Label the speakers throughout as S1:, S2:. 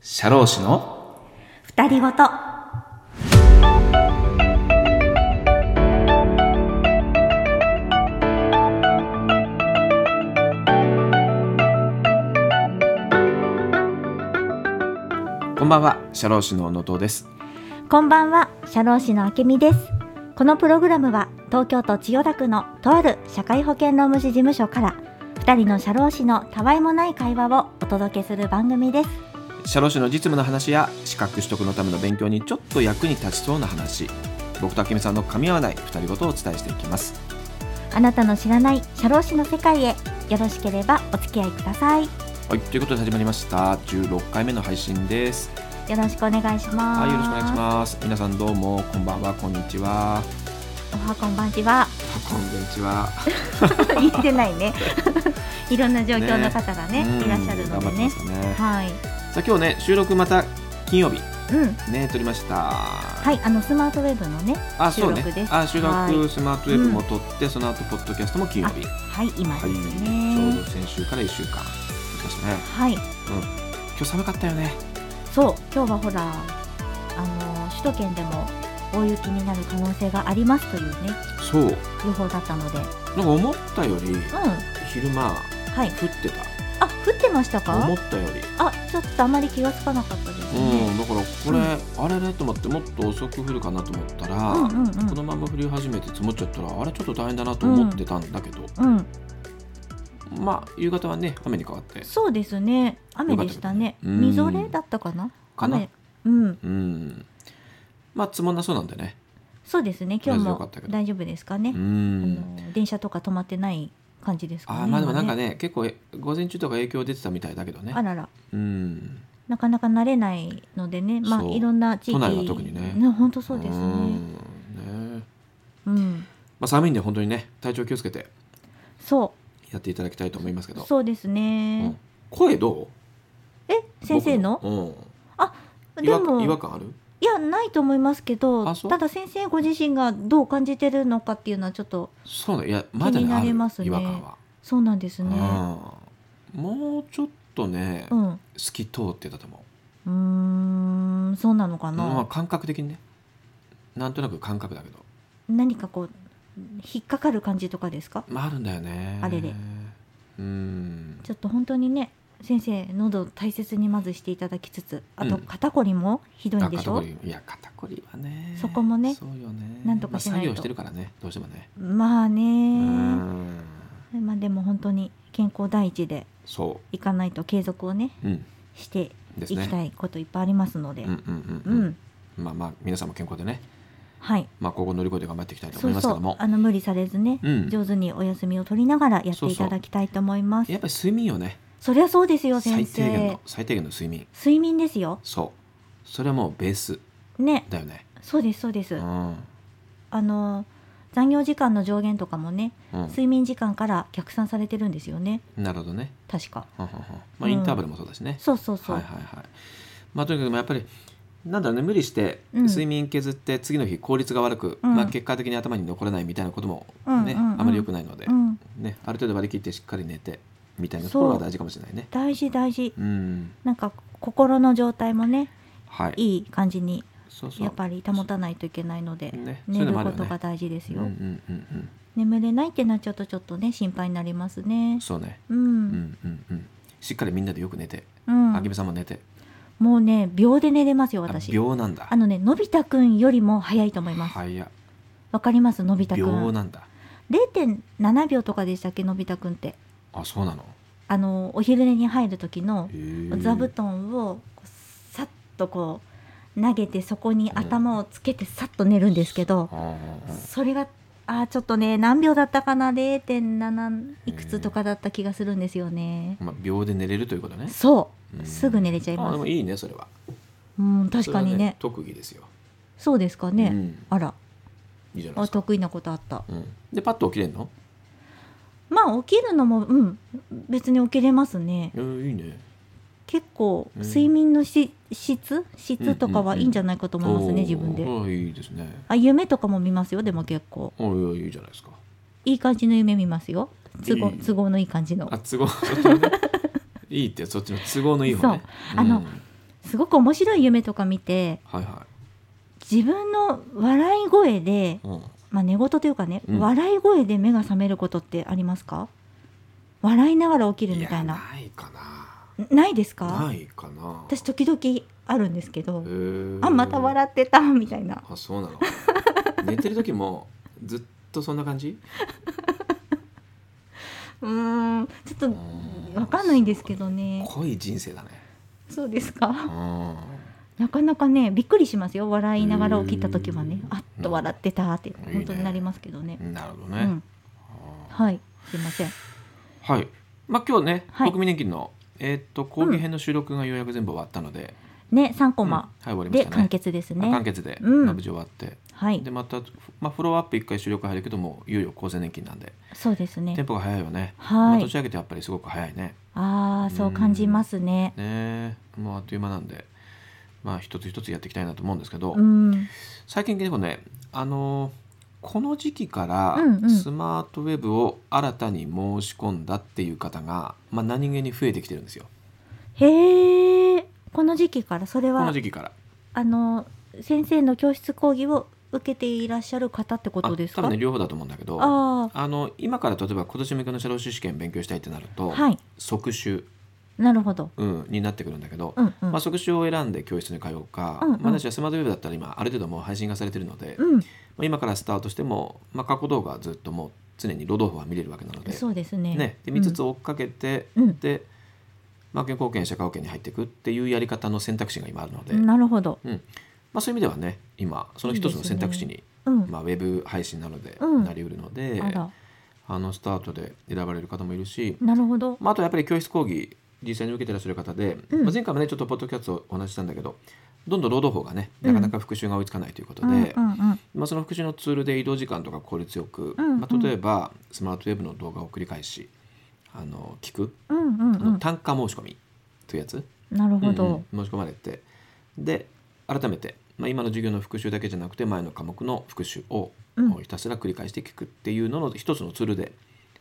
S1: 社労士の
S2: 二人ごと。
S1: こんばんは社労士の野党です
S2: こんばんは、社労士のあけみです。このプログラムは、東京都千代田区のとある社会保険労務士事務所から、二人の社労士のたわいもない会話をお届けする番組です。
S1: 社労士の実務の話や資格取得のための勉強にちょっと役に立ちそうな話僕と明美さんの噛み合わない二人ごとをお伝えしていきます
S2: あなたの知らない社労士の世界へ、よろしければお付き合いください。よ
S1: はい、ということで始まりました16回目の配信です
S2: ろしくお願いします。
S1: はい、よろしくお願いします皆さんどうもこんばんはこんにちは
S2: す。おはこんばんちは。
S1: こんにちは
S2: 言ってないね。 いろんな状況の方がね、
S1: うん
S2: いらっしゃるので
S1: 頑張ってま
S2: ね
S1: し。たね
S2: はい。
S1: さあ今日ね収録また金曜日
S2: うん。
S1: ね撮りましたは
S2: はい、あのスマートウェブのね、
S1: あそうね
S2: 収録です
S1: あ収
S2: は
S1: 録スマートウェブも撮って、その後ポッドキャストも金曜日
S2: はい、今
S1: は
S2: で
S1: い、
S2: す
S1: ちょ
S2: ね
S1: う。ど先週から1週間経ちましたね
S2: はい、
S1: 今日寒かったよね
S2: そう、今日はほら、あの首都圏でも大雪になる可能性がありますというね、
S1: そう
S2: 予報だったので、うん、
S1: なんか思ったより
S2: は
S1: 昼間
S2: い、
S1: 降って
S2: あ、降ってました
S1: た思
S2: か
S1: っ？たより
S2: あ、ちょっとあまり気がつかなかったです
S1: う
S2: ね。
S1: んだからこれ、あれねと思ってもっと遅く降るかなと思ったら、
S2: うん、うん、
S1: このまま降り始めて積もっちゃったらあれちょっと大変だなと思ってたんだけど、
S2: うん、うん、
S1: まあ夕方はね雨に変わって
S2: そうですね、雨でしたね。
S1: よかったですねうん
S2: みぞれだったかな？
S1: かな
S2: 雨、うん、
S1: うんまあ積もんなそうなんでね
S2: そうですね、今
S1: とりあえ
S2: 日
S1: ずよかっ
S2: も
S1: たけど
S2: 大丈夫ですか
S1: う
S2: ね。あ
S1: ん
S2: の電車とか止まってない感じですかね。
S1: あーまあでもなんか
S2: 今
S1: ね結構え午前中とか影響出てたみたいだけどね
S2: あらら。
S1: うん
S2: なかなか慣れないのでね、まあ
S1: そう
S2: いろんな地域
S1: 都内は特にね
S2: 本当そうですね。
S1: うんね
S2: うん、
S1: まあ寒いんで本当にね体調気をつけて
S2: そ
S1: やっていただきたいと思いますけ
S2: う、
S1: ど
S2: そうです
S1: う
S2: ね
S1: ん。声ど
S2: え、
S1: う
S2: 先生の？
S1: う
S2: で
S1: ん、違和違和
S2: も
S1: 感ある
S2: いやないと思いますけど、
S1: あそう
S2: ただ先生ご自身がどう感じてるのかっていうのはちょっと
S1: そうだいやまだね
S2: 気に
S1: あ
S2: な
S1: る
S2: りますね
S1: 違和感は、
S2: そうなんですね。
S1: うん、もうちょっとね、
S2: うん、う
S1: 透き通ってたと思
S2: ーん、そうなのか
S1: う、まあ、
S2: な。
S1: 感覚的にねなんとなく感覚だけど
S2: 何かこう引っかかる感じとかですか？
S1: まああるんだよね
S2: あれれ
S1: うん
S2: ちょっと本当にね。先生喉を大切にまずしていただきつつあと
S1: うん
S2: 肩こりもひどいんでしょ、
S1: あ肩こりいや肩こりはね
S2: そこもね
S1: そうよね
S2: なんとかしないと
S1: まあ、作業してるからねどうしてもね
S2: まあね
S1: うん
S2: まあでも本当に健康第一で
S1: そ
S2: いかないと継続をね
S1: ううん
S2: して
S1: で
S2: い
S1: す
S2: き
S1: ね
S2: たいこといっぱいありますので、
S1: うんうんう、
S2: うんん、
S1: うん、まあまあ皆さんも健康でね
S2: はい
S1: まあここ乗り越えて頑張っていきたいと
S2: そ
S1: 思いうます
S2: そ
S1: けど
S2: う
S1: も
S2: あの無理されずね、
S1: うん
S2: 上手にお休みを取りながらやっていただきたいと思いますそ
S1: やっぱり睡眠よね
S2: りゃそうですよ
S1: 最
S2: 先
S1: 低限
S2: 生
S1: の最低限の睡眠
S2: 睡眠ですよ
S1: そうそれはもうベース
S2: ね
S1: だよね
S2: そうですそうです、
S1: うん、
S2: あの残業時間の上限とかもね
S1: う
S2: 睡眠時間から逆算されてるんですよね
S1: ん、なるほどね
S2: 確か
S1: はんはんはんまあインターバルもそうだしね、
S2: そうそうそう、
S1: はいはいはいまあとにかくやっぱりなんだろうね無理して
S2: うん
S1: 睡眠削って次の日効率が悪く、
S2: うん
S1: まあ、結果的に頭に残らないみたいなことも
S2: うん
S1: ね、
S2: うんうん
S1: あまり良くないので、
S2: うん
S1: ね、ある程度割り切ってしっかり寝てみたいなところが大事かもしれないね。
S2: 大事大事
S1: うん
S2: なんか心の状態もね
S1: はい、
S2: いい感じに
S1: そうそう
S2: やっぱり保たないといけないので
S1: ねそうい
S2: 寝
S1: うの
S2: る
S1: もある
S2: こ
S1: よ
S2: と
S1: ね
S2: が大事です
S1: うんう
S2: よ、
S1: んうん
S2: 眠れないってなっちゃうとちょっとね心配になります
S1: う
S2: ね
S1: んそうね、
S2: う
S1: うんんうんうん、しっかりみんなでよく寝て、
S2: うん、
S1: あきみさんも寝て
S2: もうね秒で寝れますよ
S1: あ
S2: 私あ
S1: 秒なんだ
S2: のねのび太くんよりも早いと思いますわ、
S1: 早っ
S2: かりますのび太く
S1: 秒
S2: ん
S1: なんだ
S2: 0.7秒とかでしたっけのび太くんって
S1: あそうなの
S2: あのお昼寝に入る時の
S1: へー
S2: 座布団をこうさっとこう投げてそこに頭をつけてさっと寝るんですけど、
S1: あー
S2: それがあーちょっとね何秒だったかな0.7いくつとかだった気がするんですよね、
S1: まあ、秒で寝れるということね。
S2: そう
S1: うん
S2: すぐ寝れちゃい
S1: あ
S2: ま
S1: ですもいいねそれは。
S2: うん確かに
S1: そ
S2: ね
S1: れは特技ですよ。
S2: そうですかね、
S1: うん
S2: あら
S1: いいじゃないで
S2: あ
S1: すか。
S2: 得意なことあった
S1: うん、でパッと起きれるの？
S2: まあ起きるのもうん別に起きれますね
S1: えー、いいね。
S2: 結構
S1: うん
S2: 睡眠のし質
S1: うんうんう
S2: 質
S1: ん
S2: とかはいいんじゃないかと思いますね、自分で
S1: あいいですね。
S2: あ夢とかも見ますよでも結構
S1: おいいいじゃないですか。
S2: いい感じの夢見ますよ都合
S1: いい
S2: 都合のいい感じの
S1: あ都合そっちのねいいってそっちの都合のいい方ね。
S2: そうあの
S1: うん
S2: すごく面白い夢とか見て
S1: はいは
S2: 自分の笑い声で、
S1: い、うん、
S2: まあ、寝言というかね、
S1: うん
S2: 笑い声で目が覚めることってありますか笑いながら起きるみたい
S1: や
S2: な
S1: ないかな
S2: ないですか
S1: ないかな
S2: 私時々あるんですけどあ
S1: あ
S2: また笑ってたみたいな
S1: あそうなの寝てる時もずっとそんな感じ
S2: うーんちょ
S1: う
S2: っ
S1: ん
S2: とわかんないんですけどね
S1: 濃い人生だね
S2: そうです
S1: う
S2: か
S1: ん
S2: なかなかねびっくりしますよ笑いながら起きた時はね
S1: うん
S2: あっと笑ってたって
S1: うん
S2: 本当になりますけどね
S1: なるほど
S2: う
S1: ね、
S2: ん
S1: あ
S2: はいすいません
S1: ーはいまあ今日ね、
S2: はい
S1: 国民年金のえーっと講義編の収録がようやく全部終わったので、
S2: ね3コ
S1: うんは
S2: マ
S1: い終わりま
S2: で
S1: した
S2: 完
S1: ね
S2: 結です
S1: まあ完
S2: ね
S1: 結で、
S2: うん
S1: まあ無事終わって、
S2: はい
S1: でまた、まあ、フォローアップ一回収録入るけどもういよいよ厚生年金なんで
S2: そうです
S1: テン
S2: ね
S1: ポが早いよね、まあ、
S2: は
S1: 年
S2: い
S1: 明けてやっぱりすごく早いね
S2: あーそう感じますね
S1: ねえもうあっという間なんでまあ一つ一つやっていきたいなと思うんですけど、
S2: うん
S1: 最近結構ねあのーこの時期から
S2: うんうん
S1: スマートウェブを新たに申し込んだっていう方が、まあ、何気に増えてきてるんですよ
S2: へえこの時期からそれ
S1: この
S2: は
S1: 時期から。
S2: あの先生の教室講義を受けていらっしゃる方ってことです
S1: あ多
S2: か
S1: 分ね両方だと思うんだけどあ
S2: あ
S1: の今から例えば今年向けの社労士試験勉強したいってなる
S2: あ
S1: と、
S2: はい
S1: 即習、
S2: なるほど
S1: うん、になってくるんだけど、
S2: うんうん
S1: まあ、即習を選んで教室に通うか、
S2: うんうん
S1: まあ、私はスマートウェブだったら今ある程度もう配信がされてるので、ま
S2: うん
S1: あ、今からスタートしても、まあ、過去動画はずっともう常に労働法が見れるわけなので
S2: そうですね
S1: ね、で
S2: うん
S1: 見つつ追っかけて、
S2: うん
S1: で、まあ、健康保険社会保険に入っていくっていうやり方の選択肢が今あるので、ま
S2: なるほど
S1: あ、そういう意味ではね今その一つの選択肢に
S2: うん、
S1: まあ、ウェブ配信なので
S2: うん
S1: なりうるので、
S2: あら
S1: あのスタートで選ばれる方もいるし、
S2: なるほど
S1: まあ、あとやっぱり教室講義実際に受けてらっしゃる方で、
S2: うん
S1: まあ、前回もねちょっとポッドキャストをお話ししたんだけどどんどん労働法がね
S2: うん
S1: なかなか復習が追いつかないということで、
S2: うんうん
S1: まあ、その復習のツールで移動時間とか効率よく、
S2: うんうん
S1: まあ、例えばスマートウェブの動画を繰り返しあの聞く
S2: うん
S1: あ
S2: うんうんう
S1: の
S2: ん
S1: 単価申し込みというやつ、
S2: なるほ
S1: うん
S2: ど
S1: うん申し込まれてで改めて、まあ、今の授業の復習だけじゃなくて前の科目の復習を
S2: うん
S1: ひたすら繰り返して聞くっていうのの一つのツールで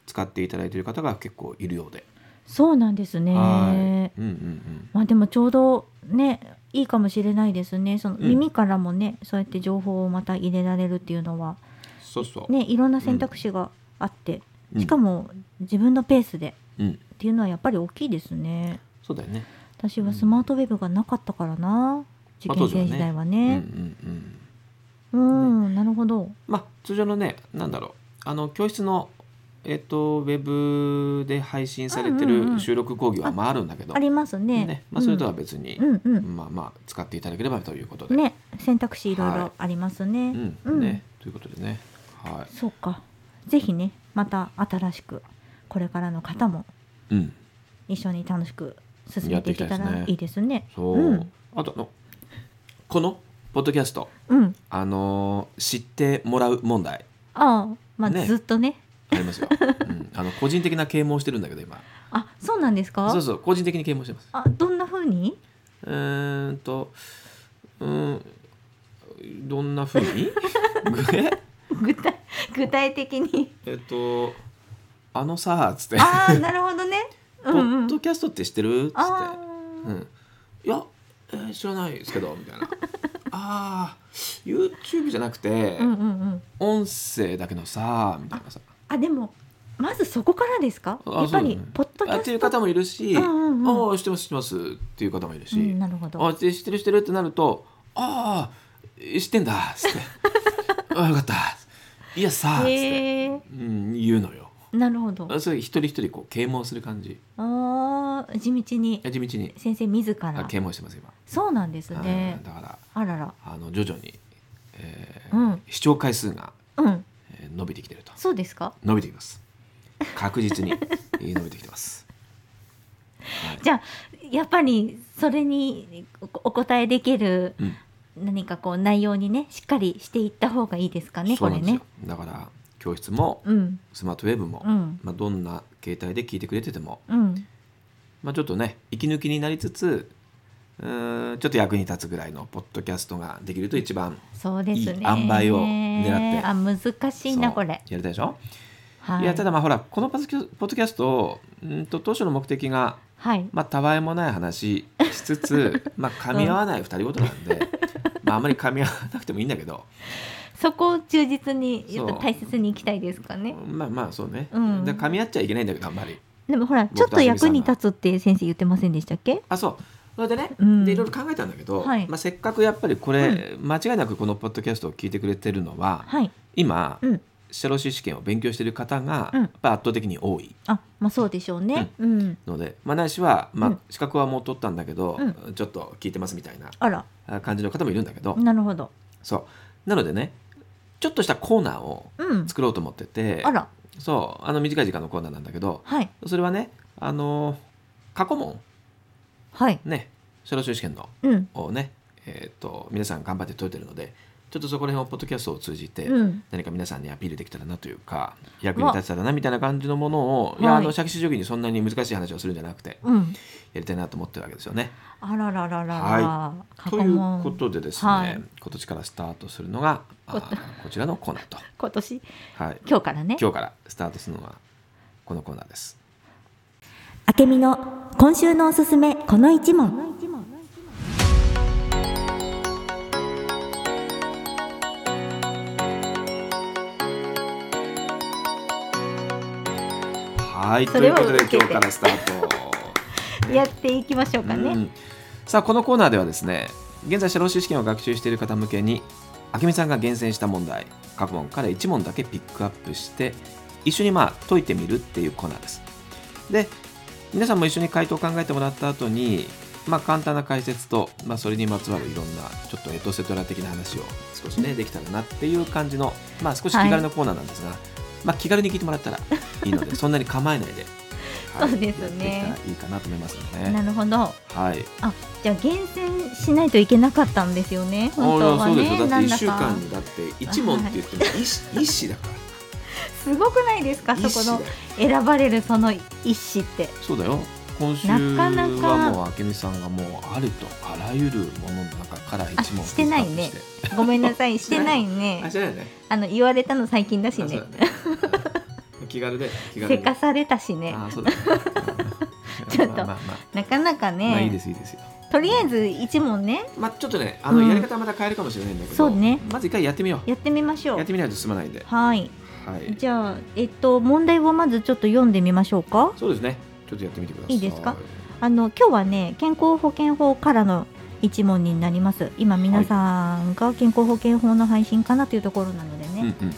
S1: 使っていただいている方が結構いるようで、
S2: そうなんですね
S1: はいうんうんうん、
S2: まあでもちょうどねいいかもしれないですねその
S1: うん
S2: 耳からもね、そうやって情報をまた入れられるっていうのは
S1: そうそう、
S2: ねいろんな選択肢があって、
S1: うん
S2: しかも自分のペースで
S1: うん、
S2: っていうのはやっぱり大きいですね
S1: そうだよね、
S2: 私はスマートウェブがなかったからな受験生時代はね,、
S1: うんうんうん
S2: うんなるほど
S1: まあ通常のねなんだろうあの教室のえっとウェブで配信されて
S2: うんうんう
S1: る
S2: ん
S1: 収録講義はまああるんだけど、
S2: ありますね
S1: まあ、それとは別に、
S2: うんうん
S1: まあまあ使っていただければということ
S2: う
S1: で、
S2: んね選択肢いろい
S1: はい
S2: ろありますね、
S1: うん
S2: うん
S1: ねということでねは
S2: そうかぜひねまた新しくこれからの方も
S1: い、うん、
S2: 一緒に楽しく進めていけたら
S1: やってい
S2: いいですね
S1: そう、
S2: うん
S1: あとあのこのポッドキャスト
S2: うん
S1: あのー知ってもらう問題
S2: ああまあ、
S1: ね
S2: ずっとね
S1: ありますよ、うん、あの個人的な啓蒙してるんだけど今
S2: あそうなんですか
S1: そうそう個人的に啓蒙してます
S2: あどんな風に
S1: うーんとうーんどんなふう にえ
S2: 具体具体的に
S1: えっと「あのさ」つって「
S2: ああなるほどね
S1: ポ
S2: うんう
S1: ッ
S2: ん
S1: ドキャストって知ってる?」っつって
S2: あ
S1: 「
S2: ー
S1: うん、いや、えー知らないですけど」みたい な「あー YouTube じゃなくて
S2: うんうんうん
S1: 音声だけどさ」みたいなさ
S2: あでもまずそこからですか
S1: あ
S2: やっ
S1: そ
S2: ぱり
S1: うだね
S2: ポッドキ
S1: あ
S2: ャ
S1: ってい
S2: ス
S1: う
S2: ト
S1: 方もいるし「
S2: うんうんうん
S1: ああ知ってます知ってます」っていう方もいるし「
S2: うんなるほど
S1: あ知ってる知ってる」ってなると「ああ知ってんだ」 つって「あよかった」いやさつって、
S2: へえ
S1: うん、言うのよ
S2: なるほど
S1: あそれ一人一人こう啓蒙する感じ
S2: あー地道に
S1: いや地道に
S2: 先生自
S1: あ
S2: ら
S1: 啓蒙してます今、
S2: そうなんです
S1: う
S2: ね
S1: んだから
S2: あらら
S1: あの徐々に、えー
S2: うん
S1: 視聴回数が、
S2: うん
S1: えー伸びてきてると
S2: そうですか
S1: 伸びてきます確実 にえー伸びてきてます、はい
S2: じゃあやっぱりそれにおお答えできる
S1: うん
S2: 何かこう内容にねしっかりしていった方がいいですかね
S1: そ
S2: こ
S1: うな
S2: れ
S1: んですよ
S2: ね
S1: だから教室も
S2: うん
S1: スマートウェブも、
S2: うん
S1: まあ、どんな携帯で聞いてくれてても、
S2: うん
S1: まあ、ちょっとね息抜きになりつつうーんちょっと役に立つぐらいのポッドキャストができると一番
S2: そうですね
S1: いい塩梅を狙って
S2: あ難しいな
S1: そう
S2: これ
S1: やりたいでしょ
S2: はい
S1: やただまあほらこのパスキャポッドキャストをうんと当初の目的が
S2: はい
S1: まあたわいもない話しつつ まあ噛み合わない二人ごとなんで、まああんまり噛み合わなくてもいいんだけど
S2: そこを忠実にやっぱ
S1: そう
S2: 大切にいきたいですかね
S1: まあまあそうね、
S2: うん
S1: で噛み合っちゃいけないんだけどあんまり
S2: でもほら
S1: 僕
S2: ちょっと役に立つって先生言ってませんでしたっけ
S1: あそうそれでね、
S2: うん
S1: でいろいろ考えたんだけど、
S2: はい
S1: まあ、せっかくやっぱりこれ、間違いなくこのポッドキャストを聞いてくれてるのは
S2: はい
S1: 今、
S2: うん
S1: 社労士試験を勉強してる方が、
S2: うん
S1: やっぱ圧倒的に多い
S2: あまあそうでしょうねうん、
S1: ので、まあ、ないしは、ま
S2: う
S1: あ
S2: ん、
S1: 資格はもう取ったんだけど、ちょっと聞いてますみたいな
S2: あら
S1: あ感じの方もいるんだけど、
S2: なるほど
S1: そうなのでねちょっとしたコーナーを
S2: うん
S1: 作ろうと思ってて、
S2: あら
S1: そうあの短い時間のコーナーなんだけど
S2: はい
S1: それはねあの過去問
S2: はい
S1: ね社労士試験の
S2: うん
S1: をね、えー、と皆さん頑張って解いてるのでちょっとそこら辺をポッドキャストを通じて、
S2: うん
S1: 何か皆さんにアピールできたらなというか役に立てたらなみたいな感じのものを、
S2: はい
S1: い、やあの釈子定規にそんなに難しい話をするんじゃなくて
S2: うん
S1: やりたいなと思ってるわけですよね。
S2: あららららら、
S1: は
S2: 過
S1: と
S2: 去
S1: いう
S2: 問
S1: ことでですね、
S2: はい
S1: 今年からスタートするのがあーこちらのコーナーと、
S2: 今年
S1: はい、
S2: 今日からね
S1: 今日からスタートするのがこのコーナーです。
S2: あけみの今週のおすすめこの一問
S1: はい
S2: そ
S1: と
S2: れ
S1: いう
S2: は
S1: ことで
S2: 受けて
S1: 今日からスタート。
S2: やっていきましょうか
S1: う
S2: ね
S1: んさあこのコーナーではですね現在社労士試験を学習している方向けにあけみさんが厳選した問題各問から1問だけピックアップして一緒にまあ解いてみるっていうコーナーですで皆さんも一緒に回答を考えてもらった後にまあ簡単な解説と、まあ、それにまつわるいろんなちょっとエトセトラ的な話を少しねできたらなっていう感じのまあ少し気軽なコーナーなんですが、まあ気軽に聞いてもらったらいいの でそんなに構えないで、
S2: そうですね
S1: やっていったらいいかなと思いますので、
S2: なるほど
S1: はい
S2: あじゃあ厳選しないといけなかったんですよね本当は
S1: あらそうです
S2: ね
S1: よだって1週
S2: か
S1: 間にだって1問って言 っても一一子だか
S2: すごくないですからそ
S1: 一
S2: こ
S1: 子だ
S2: の
S1: よ
S2: 選ばれるその一子って
S1: そうだよ今週
S2: なか
S1: は
S2: なか
S1: もうあけみさんがもうあるとあらゆるものの中から1
S2: あ
S1: 問
S2: してないね
S1: ピックアップして
S2: ごめんな さいしてない
S1: あ
S2: ね
S1: してないね
S2: あの言われたの最近だし
S1: あそう
S2: ね
S1: だねうん 気軽で気軽
S2: せ
S1: で
S2: かされたしね
S1: あ そうだね
S2: ちょっと
S1: まあまあまあ
S2: なかなかね、
S1: まあいいですいいですよ
S2: とりあえず一問ね
S1: まあちょっとねあ
S2: う
S1: の
S2: ん
S1: やり方また変えるかもしれないんだけ
S2: そ
S1: ど
S2: うね
S1: まず一回やってみよ
S2: やってみまし
S1: う
S2: ょ
S1: やっ
S2: う
S1: てみないと進まないんで
S2: はい
S1: はい
S2: じゃあえっと問題をまずちょっと読んでみましょうか
S1: そうですねちょっとやってみてください
S2: いいですかあの今日はね健康保険法からの一問になります今皆さんが健康保険法の配信かなというところなのでね、
S1: うんうんうん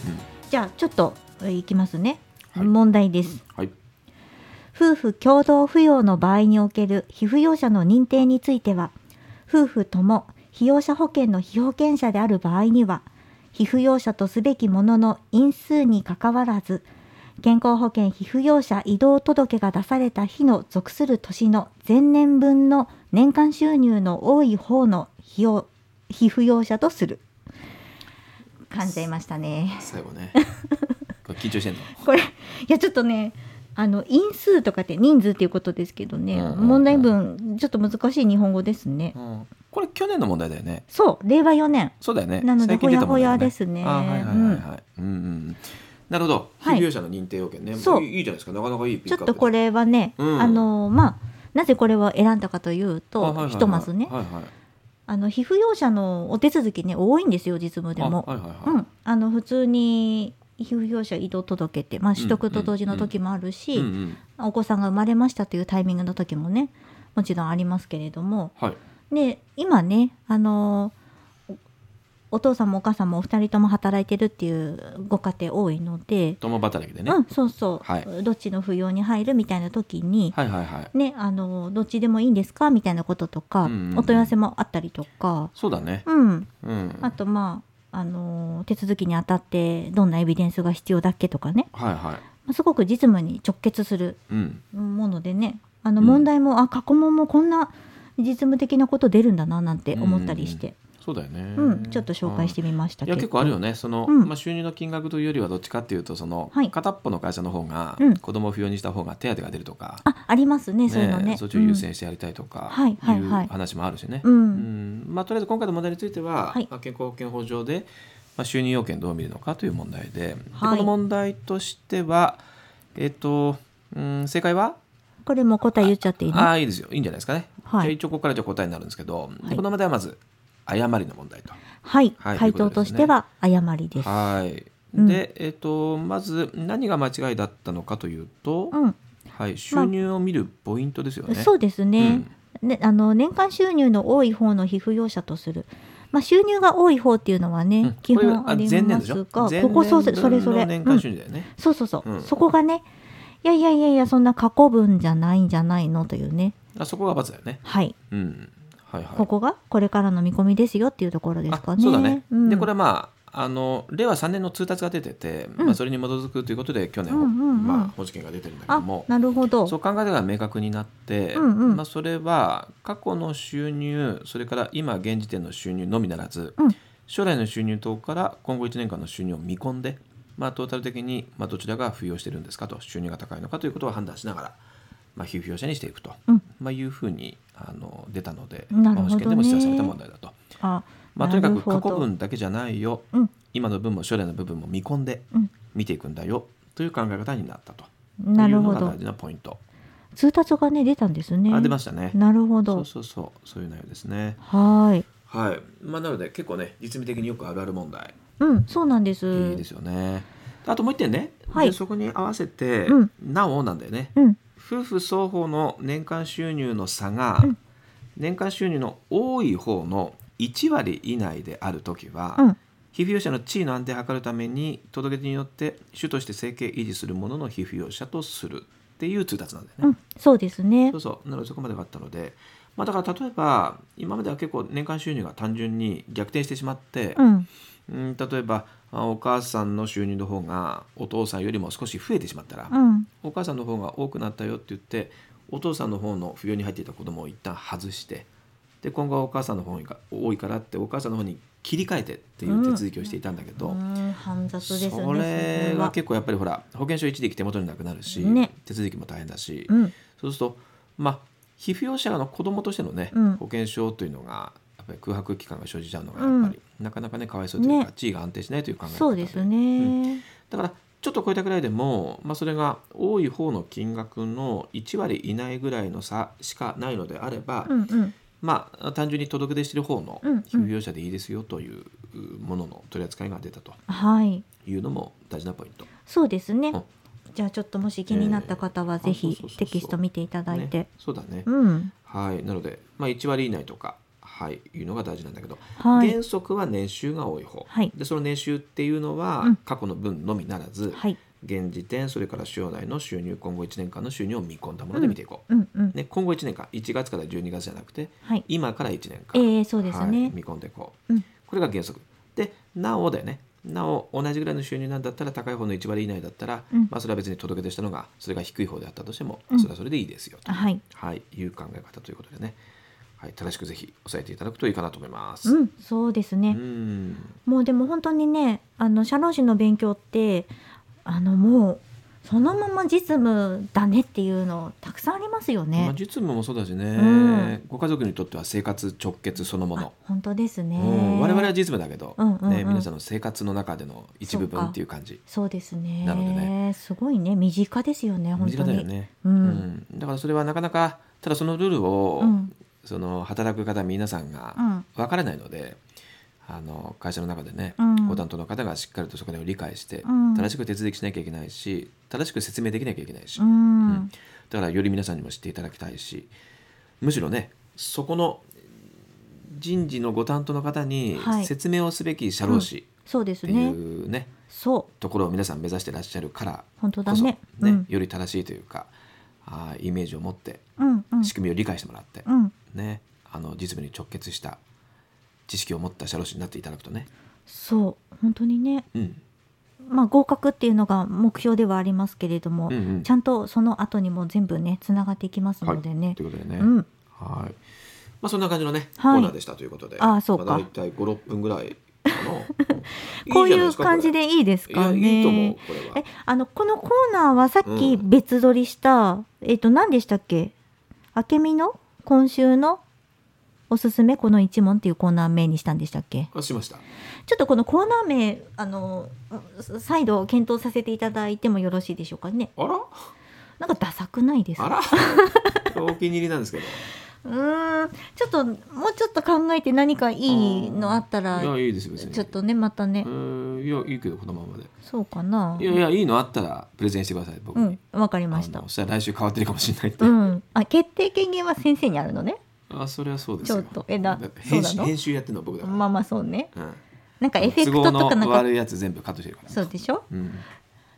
S2: じゃあちょっとえいきますね、
S1: はい
S2: 問題です
S1: はい
S2: 夫婦共同扶養の場合における被扶養者の認定については夫婦とも被養者保険の被保険者である場合には被扶養者とすべきものの因数にかかわらず健康保険被扶養者移動届が出された日の属する年の前年分の年間収入の多い方の被養被扶養者とする噛んじゃいましたね
S1: 最後 ねこれ緊張してんの
S2: これいやちょっとねあの因数とかって人数っていうことですけどね、
S1: うんうんうん
S2: 問題文ちょっと難しい日本語ですね、
S1: うんこれ去年の問題だよね。
S2: そう令和4年
S1: そうだよね。
S2: なので
S1: 最近出た問題だよ
S2: ほやほやですね
S1: あはいはいはいはい。うんうん。なるほど。
S2: はい
S1: 非病者の認定要件ね。
S2: そう
S1: いいいいじゃないですか。なかなかいいピ
S2: ち
S1: ッ
S2: ょっ
S1: クアップで。
S2: とこれはね、
S1: うん
S2: あのまあなぜこれを選んだかという
S1: あ、はい
S2: と、
S1: はいはい
S2: ひとまずね、
S1: はいはい。
S2: あの皮膚用者のお手続きね多いんですよ実務でも、
S1: あはいはいはい。
S2: うん、あの普通に皮膚用者移動届って、まあ、取得と同時の時もあるし、
S1: うんうん。
S2: お子さんが生まれましたというタイミングの時もねもちろんありますけれども、
S1: はい。
S2: で今ねあのおお父さんもお母さんもお二人とも働いてるっていうご家庭多いので、
S1: 共働きでね。
S2: う
S1: はい
S2: んそうそう、
S1: は
S2: どっちの扶養に入るみたいな時に、
S1: はいはい。
S2: ねあのどっちでもいいんですかみたいなこととか、
S1: うんうんうん
S2: お問い合わせもあったりとか、
S1: そうだね。
S2: うん、
S1: うん。
S2: あとまああの手続きにあたってどんなエビデンスが必要だっけとかね
S1: はいは
S2: まあすごく実務に直結する
S1: い。うん。
S2: ものでねあの
S1: うん
S2: 問題も、あ過去問もこんな実務的なこと出るんだななんて思ったりして、
S1: そうだよね。。
S2: うん、ちょっと紹介しててみました
S1: い
S2: け
S1: や
S2: ど。
S1: 結構あるよね、その、
S2: うん
S1: まあ、収入の金額というよりはどっちかっていうとその、
S2: はい
S1: 片っぽの会社の方が
S2: うん
S1: 子供を扶養にした方が手当が出るとか、
S2: あ、ありますね、そういうのね。
S1: そっちを優先してやりたいとか
S2: うんはいいはいはいう
S1: 話もあるしね、
S2: うん
S1: うんまあ、とりあえず今回の問題については、
S2: はい
S1: まあ、健康保険法上で、まあ、収入要件どう見るのかという問題で,で、
S2: はい
S1: この問題としては、えっとうん、正解は、
S2: これも答え言っちゃっていいの
S1: ああいいですよいいんじゃないですかね、
S2: はい
S1: じゃあ一応ここからじゃあ答えになるんですけど、で
S2: はい
S1: この問題はまず誤りの問題と
S2: はい、
S1: はい
S2: 回答としては誤りです。
S1: はい
S2: うん
S1: で、えっ、とまず何が間違いだったのかというと、
S2: うん、
S1: はい、収入を見るポイントですよね。
S2: そうです
S1: う
S2: ね,、ねあの年間収入の多い方の被扶養者とする、まあ、収入が多い方っていうのはね、
S1: んうん
S2: 基
S1: これ
S2: 本
S1: は
S2: あり
S1: 前年
S2: ま
S1: ですしょ
S2: が
S1: 前
S2: ここそう
S1: 年
S2: それそれ、
S1: 分の年
S2: う
S1: 間
S2: ん
S1: 収入だよね。
S2: そうそうそう、
S1: うん
S2: そこがねいやいやいやいやそんな過去分じゃないんじゃないのというね
S1: あそこが罰だよね。
S2: はい、
S1: うん。はいはい。
S2: ここがこれからの見込みですよっていうところですか
S1: あ
S2: ね。
S1: そうだね。
S2: うん
S1: でこれはまああの令和3年の通達が出てて、
S2: うん
S1: まあ、それに基づくということで去年、
S2: うんうんうん
S1: まあ、法事件が出てるんだけど
S2: あ
S1: も
S2: なるほど
S1: そう考え方が明確になって、
S2: うんうん
S1: まあ、それは過去の収入それから今現時点の収入のみならず、
S2: うん
S1: 将来の収入等から今後1年間の収入を見込んで、まあ、トータル的に、まあ、どちらが扶養してるんですかと収入が高いのかということを判断しながら、まあ、被扶養者にしていくと、
S2: うん
S1: まあ、いうふうにあの出たので、
S2: なるほど
S1: まあ
S2: ね
S1: 試験でも示唆された問題だと。
S2: あ
S1: まあ、と
S2: な
S1: にか
S2: る
S1: く
S2: ほ
S1: 過
S2: ど
S1: 去分だけじゃないよ、
S2: うん
S1: 今の分も将来の部分も見込んで
S2: うん
S1: 見ていくんだよという考え方になったと。
S2: なるほ
S1: いうのが
S2: ど
S1: 大事なポイント。
S2: 通達がね出たんですね
S1: あ出ましたね。
S2: なるほど
S1: そうそうそうそういう内容ですね。
S2: はーい
S1: はい。まあなので結構ね実務的によくあるある問題
S2: うんそうなんです
S1: いいですよね。あともう一点ね。
S2: はい
S1: でそこに合わせて、
S2: うん
S1: なおなんだよね。
S2: うん
S1: 夫婦双方の年間収入の差が、
S2: うん
S1: 年間収入の多い方の1割以内であるときは、
S2: うん
S1: 被扶養者の地位の安定を図るために届け出によって主として生計維持するものの被扶養者とするっていう通達なんだよね。
S2: うんそうですね
S1: そうそうなのでそこまでがあったので、まあ、だから例えば今までは結構年間収入が単純に逆転してしまって、
S2: うん
S1: うん、例えばあお母さんの収入の方がお父さんよりも少し増えてしまったら、
S2: うん
S1: お母さんの方が多くなったよって言ってお父さんの方の扶養に入っていた子供を一旦外してで今後はお母さんの方が多いからってお母さんの方に切り替えてっていう手続きをしていたんだけど、
S2: うん煩雑ですね
S1: それは
S2: は
S1: 結構やっぱりほら保険証一時手元になくなるし、
S2: ね
S1: 手続きも大変だし、
S2: うん
S1: そうするとまあ被扶養者の子供としてのね、
S2: うん
S1: 保険証というのがやっぱり空白期間が生じちゃうのがやっぱり、なかなかねかわいそうというか、
S2: ね
S1: 地位が安定しないという考え方
S2: そうですね
S1: だからちょっと超えたぐらいでも、まあ、それが多い方の金額の1割以内ぐらいの差しかないのであれば、
S2: うんうん
S1: まあ単純に届け出してる方の
S2: うんうん
S1: 被扶養者でいいですよというものの取り扱いが出たと
S2: はい
S1: いうのも大事なポイント。
S2: そうですね
S1: うん
S2: じゃあちょっともし気になった方は
S1: えー
S2: ぜ
S1: あ
S2: ひ
S1: そうそうそうそう
S2: テキスト見ていただいて
S1: ね、そうだね、
S2: うん
S1: はいなので、まあ、1割以内とか、はい、いうのが大事なんだけど、
S2: はい
S1: 原則は年収が多い方、
S2: はい
S1: でその年収っていうのは
S2: うん
S1: 過去の分のみならず、
S2: はい
S1: 現時点それから将来の収入今後1年間の収入を見込んだもので見ていこう。
S2: うんうん
S1: ね、今後1年間1月から12月じゃなくて
S2: はい
S1: 今から1年間、
S2: ええそうです
S1: はい
S2: ね
S1: 見込んでいこう、
S2: うん
S1: これが原則でなおだよねなお同じぐらいの収入なんだったら高い方の1割以内だったら、
S2: うん
S1: まあ、それは別に届け出したのがそれが低い方であったとしても、
S2: うん
S1: それはそれでいいですよと、
S2: はい
S1: はい、いう考え方ということでね、はい、正しくぜひ押さえていただくといいかなと思います。
S2: うんそうですね
S1: うん
S2: もうでも本当にねあの社労士の勉強ってあのもうそのまま実務だねっていうのたくさんあります
S1: ま
S2: よ
S1: あ、
S2: ね。
S1: 実務もそうだしね、
S2: うん
S1: ご家族にとっては生活直結そのも
S2: あ
S1: の、
S2: 本当ですね、
S1: うん我々は実務だけど、
S2: うんうんうん
S1: ね、皆さんの生活の中での一部分っていう感じ
S2: そうですね
S1: なのでね
S2: すごいね身近ですよね本
S1: 身
S2: 当
S1: 近だよ
S2: に。
S1: ね、
S2: う
S1: うん
S2: ん
S1: だからそれはなかなかただそのルールを、
S2: うん
S1: その働く方皆さんが
S2: うん
S1: 分からないので、あの会社の中でね、
S2: うん
S1: ご担当の方がしっかりとそこを理解して、
S2: うん
S1: 正しく手続きしなきゃいけないし正しく説明できなきゃいけないし、
S2: う
S1: うん
S2: ん
S1: だからより皆さんにも知っていただきたいしむしろねそこの人事のご担当の方に
S2: はい
S1: 説明をすべき社労士
S2: そうで
S1: って
S2: す
S1: い
S2: ね
S1: うね
S2: そう
S1: ところを皆さん目指してらっしゃるから
S2: 本当だ
S1: こそ、ね
S2: ね。うん
S1: より正しいというかあーイメージを持って
S2: うんうん
S1: 仕組みを理解してもらって、
S2: うん
S1: ね、あの実務に直結した知識を持った社労士になっていただくとね、
S2: そう本当にね
S1: うん
S2: まあ合格っていうのが目標ではありますけれども、
S1: うんうん、
S2: ちゃんとその後にも全部ねつながっていきますのでね。
S1: ということでね、
S2: うん
S1: はいまあ、そんな感じのね、
S2: は
S1: コ
S2: い
S1: ーナーでしたということで
S2: あーそうか
S1: まあ、大体56分ぐらいかな
S2: こういう感じ
S1: いい
S2: でいいです
S1: じゃな
S2: か
S1: いですかこれいやいい
S2: ね。
S1: と思うこれ
S2: え
S1: は、
S2: あの、このコーナーはさっき
S1: うん
S2: 別撮りした、えっ、と、何でしたっけあけみの今週のおすすめこの一問っていうコーナー名にしたんでしたっけ
S1: あしました
S2: ちょっとこのコーナー名、あの、う再度検討させていただいてもよろしいでしょうかね。
S1: あら
S2: なんかダサくないです
S1: あ
S2: から
S1: お気に入りなんですけど
S2: うーんちょっともうちょっと考えて何かいいのあったら
S1: いやいいですよ別に
S2: ちょっとねまたね
S1: うーんいやいいけどこのままで
S2: そうかない
S1: やいやいいのあったらプレゼンしてください僕
S2: う
S1: に、
S2: んわかりま
S1: あ
S2: した
S1: のそしたら来週変わってるかもしれないって、
S2: うんあ決定権限は先生にあるのね
S1: あそれはそうですよ
S2: ちょっとえな
S1: だって編
S2: そう
S1: 集
S2: なの
S1: 編集やってるのは僕だから、
S2: まあまあそうね
S1: うん、
S2: なんかエフェクトと
S1: 都
S2: かな
S1: 合
S2: ん
S1: の
S2: か
S1: 悪いやつ全部カットしてるから
S2: そうでしょ
S1: うん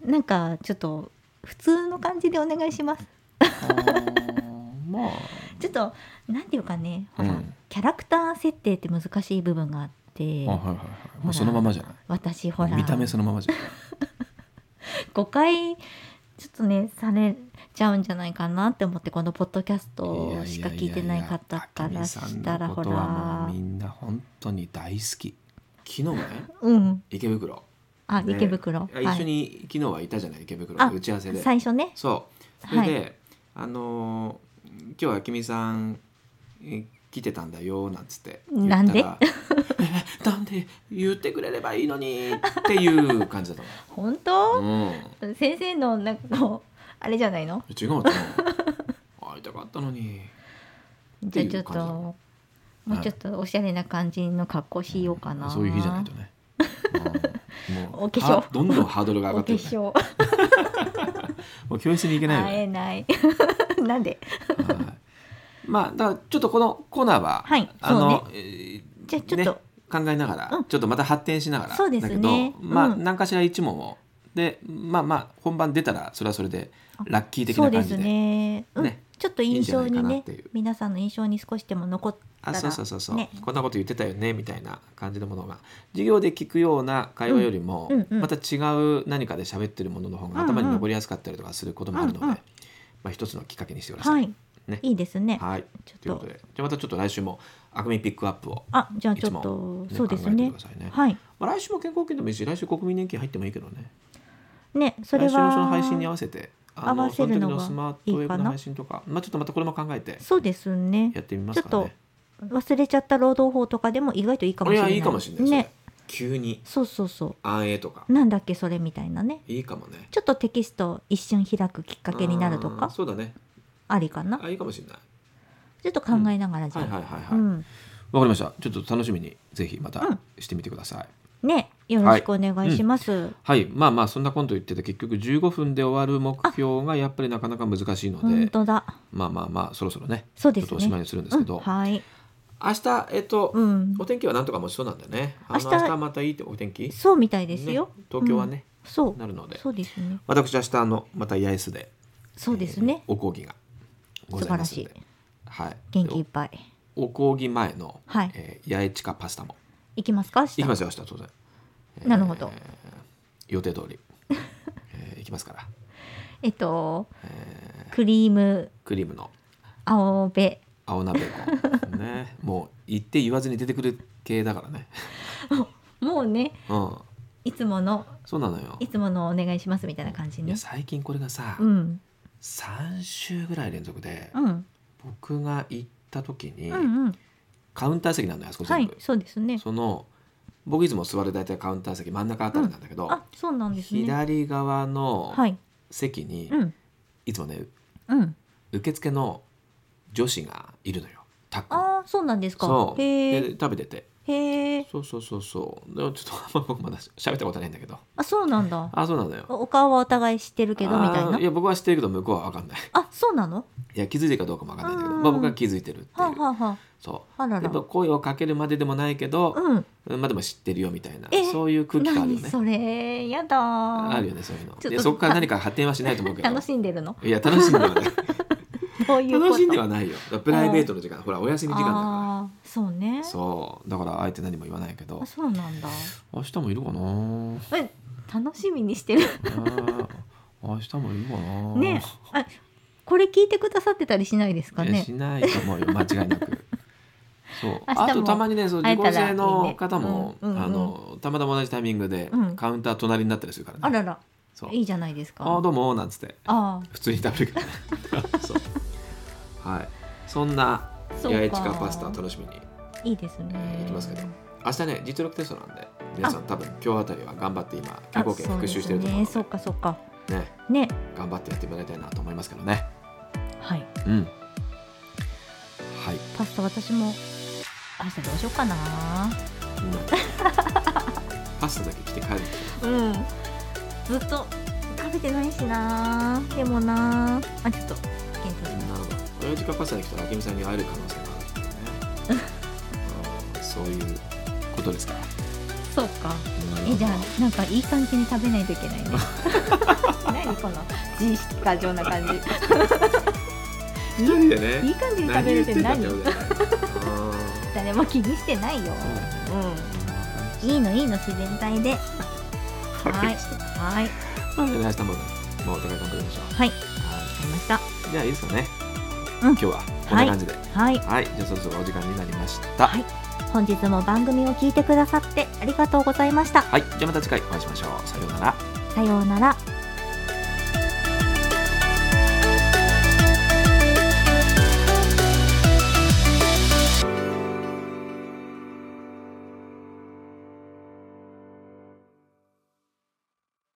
S2: なんかちょっと普通の感じでお願いします
S1: あーまあ
S2: ちょっとなんていうかねほら、
S1: うん
S2: キャラクター設定って難しい部分があって
S1: あはいはいはいもうそのままじゃない
S2: 私ほら
S1: 見た目そのままじゃない
S2: 誤解ちょっとねされちゃうんじゃないかなって思ってこのポッドキャストしか聞いてない方からしたらほ
S1: いやいやいや明美さんのことは
S2: ら
S1: もうみんな本当に大好き昨日も ね
S2: うん
S1: 池袋
S2: あ
S1: ね
S2: 池袋、
S1: あ一緒に昨日はいたじゃない池袋
S2: あ
S1: 打ち合わせ
S2: はい
S1: で
S2: 最初ね
S1: そうそれで、あのー今日は君さんえ来てたんだよ」なんつって言ったら
S2: なんで
S1: えなんで言ってくれればいいのにっていう感じだっ
S2: 本
S1: た
S2: 当、
S1: の、うん、
S2: 先生のなんかこうあれじゃないの
S1: 違う の会いたかったのに
S2: じゃあちょ
S1: い
S2: って
S1: う感じだ
S2: ともうちょっとおしゃれな感じの格好しようかな、
S1: そういう日じゃないとね、うんもう
S2: お化粧
S1: はどんどんハードルが上が
S2: お
S1: って
S2: 化
S1: る、ね、
S2: 粧
S1: もう教室に行けないよ
S2: 会
S1: ね
S2: えない なんで
S1: はいまあだからちょっとこのコーナーは、
S2: はい
S1: あの
S2: そ、
S1: えー
S2: じゃあちょっと、
S1: ね考えながら、
S2: うん
S1: ちょっとまた発展しながら
S2: そうです
S1: だ
S2: ね
S1: けど、まあ
S2: うん
S1: 何かしら一問をでまあまあ本番出たらそれはそれでラッキー的
S2: そう
S1: な
S2: で
S1: 感じ
S2: す
S1: で
S2: ね,、うん、
S1: ね
S2: ちょっと印象
S1: いい
S2: に
S1: んじゃない
S2: ね
S1: かなっていう
S2: 皆さんの印象に少しでも残った
S1: あ
S2: ら
S1: そうそうそうそう、
S2: ね
S1: こんなこと言ってたよねみたいな感じのものが授業で聞くような会話よりも、
S2: うんうんうん
S1: また違う何かで喋ってるものの方が
S2: うんうん
S1: 頭に残りやすかったりとかすることもあるので、
S2: うんうん
S1: まあ、一つのきっかけにしてくださ。
S2: はいい、
S1: ね
S2: いいですね。
S1: はい、
S2: ち
S1: という
S2: ょっ
S1: こと
S2: と
S1: でじゃあまたちょっと来週も「あくみピックアップを
S2: あじゃあちょ
S1: い
S2: っ
S1: つ
S2: と
S1: ね、
S2: そうです
S1: 考えて
S2: ね
S1: くださいね、
S2: はい
S1: まあ、来週も健康保険でもいいし来週国民年金入ってもいいけどね
S2: ねそれ
S1: 来週のその配信に合
S2: は
S1: わせてあ
S2: 合わせるのが
S1: そ時のスマートウェ
S2: いい
S1: ブ
S2: か
S1: の
S2: な
S1: 配信とかまあ、ちょっとまたこれも考えて
S2: そうですね
S1: やってみますかね
S2: 忘れちゃった労働法とかでも意外といいかもしれない
S1: やいいかもしれないですね
S2: ね
S1: 急に
S2: そうそうそ
S1: 安永とか
S2: うなんだっけそれみたいなね
S1: いいかもね
S2: ちょっとテキストを一瞬開くきっかけになると
S1: あー
S2: か
S1: そうだね
S2: ありかな
S1: あいいかもしれない
S2: ちょっと考えながらじゃ
S1: は
S2: あ、
S1: いはいはいはいわ、
S2: うん
S1: かりましたちょっと楽しみにぜひまた
S2: うん
S1: してみてください、
S2: ねよろしくお願いします、
S1: はいまあまあそんなこと言ってて結局15分で終わる目標がやっぱりなかなか難しいの
S2: 本
S1: で
S2: 当だ
S1: まあまあまあそろそろね
S2: そうで
S1: ちょっと
S2: すね
S1: おしまいにするんですけど、
S2: うん、はい
S1: 明日えっと、
S2: うん
S1: お天気はなんとか持ちそうなんだよねあの
S2: 明
S1: 明
S2: 日
S1: 日またいいってお天気
S2: そうみたいですよ、
S1: ね東京はね、
S2: そう
S1: なるので
S2: そうですね
S1: 私明日あのまた八重洲で
S2: そうですね、
S1: えーお講義がございますので
S2: 素晴ら
S1: はい
S2: 元気いっ
S1: で
S2: ぱい
S1: お講義前の、
S2: はい
S1: えー八重地下パスタも
S2: 行きますか明日
S1: 行きますよ明日当然、えー
S2: なるほど
S1: 予定通り、 えー行きますから、
S2: えっと
S1: え
S2: クリーム
S1: ークリームの
S2: 青べ
S1: 青鍋ベー コンねもう言って言わずに出てくる系だからね
S2: もうね
S1: うん
S2: いつもの
S1: そうなのよ
S2: いつものお願いしますみたいな感じ
S1: い
S2: ね
S1: や最近これがさ、
S2: うん
S1: 3週ぐらい連続で、
S2: うん
S1: 僕が行った時に、
S2: うんうん
S1: カウンター席なんだよあそこ
S2: は
S1: 全
S2: い
S1: 部、
S2: そうですね
S1: その僕いつも座る大体カウンター席真ん中あたりなんだけど、
S2: あそうなんですね
S1: 左側の
S2: はい
S1: 席に、
S2: うん
S1: いつもね
S2: うん
S1: 受付の女子がいるのよタックの
S2: あーそうなんですか
S1: そう
S2: へ
S1: で
S2: え
S1: 食べてて
S2: へえ
S1: そうそうそうそうでもちょっと あんま僕まだ喋ったことないんだけど
S2: あそうなんだ
S1: あそうなのよ
S2: おお顔はお互い知ってるけどみたい
S1: あーい
S2: な
S1: や僕は知ってるけど向こうは分かんない
S2: あそうなの
S1: いや気づいてるかどうかも分かんないんだけど、
S2: うん
S1: まあ、僕は気づいてるっていう、
S2: はあ、はあは
S1: そう
S2: あ、あら
S1: や
S2: ら
S1: っぱ声をかけるまででもないけど、
S2: うん
S1: うんまあでも知ってるよみたいな
S2: えー
S1: そういう空気感あるよね
S2: 何それやだー
S1: あるよねそういうの
S2: ちょっと
S1: でそこから何か発展はしないと思うけど
S2: 楽しんでるの
S1: いや楽しんで はない
S2: どういうこと
S1: 楽しんではないよだからプライベートの時間ほらお休み時間だか
S2: ああーそうね
S1: らそうだからあえて何も言わないけど
S2: あそうなんだ
S1: 明日もいるかな
S2: え楽しみにしてる
S1: あー明日もいるかな
S2: ねあこれ聞いてくださってたりしないですか
S1: いや
S2: ね
S1: しないと思うよ間違いな くそう
S2: 明日も
S1: あとたまにねそう
S2: 会え
S1: 自
S2: たら
S1: 己性の方も
S2: いいねうんうんうん
S1: あのたまたま同じタイミングで
S2: うん
S1: カウンター隣になったりするからね、
S2: あらら
S1: そう
S2: いいじゃないですか
S1: あーどうもなんつって
S2: あ
S1: 普通に食べるからね そうはいそんな
S2: あそ
S1: 八重
S2: う
S1: 地下
S2: か
S1: パスタ楽しみに
S2: いいです
S1: え
S2: ね
S1: ー行きますけど明日ね実力テストなんで皆さん多分今日あたりは頑張って今健
S2: あ
S1: 康圏復習してると思うの
S2: そうですね
S1: で
S2: そうかそうか
S1: ね、
S2: ね
S1: 頑張ってやってもらいたいなと思いますけどね。
S2: はい
S1: うん。はい。
S2: パスタ私も明日どうしようかな
S1: うん パスタだけ着て帰る。
S2: うんずっと食べてないしなでもなあちょっと検討し
S1: な
S2: ま
S1: るほど。親父がパスタに来たら、明美さんに会える可能性があるっていうね。あーそういうことですか。
S2: すそうか
S1: なるほ
S2: え
S1: ど
S2: じゃあなんかいい感じに食べないといけ ないね何この自意識過剰な感じ
S1: 一人でね。
S2: いい感じに食べるって何
S1: 言ってんだってことだよね
S2: 誰も気にしてない
S1: あー
S2: よ
S1: そうだね
S2: うんいいのいいの自然体で
S1: わかり
S2: はい
S1: まし
S2: はい
S1: たはい。明日も、もうお互い頑張りましょう。
S2: は
S1: は
S2: いわかりました
S1: いじゃあいいですかね。
S2: うん
S1: 今日はこんな感じで。
S2: はい
S1: はい、じゃあそろそろお時間になりました。
S2: はい本日も番組を聞いてくださってありがとうございました
S1: はい、じゃあまた次回お会いしましょう。さようなら。
S2: さようなら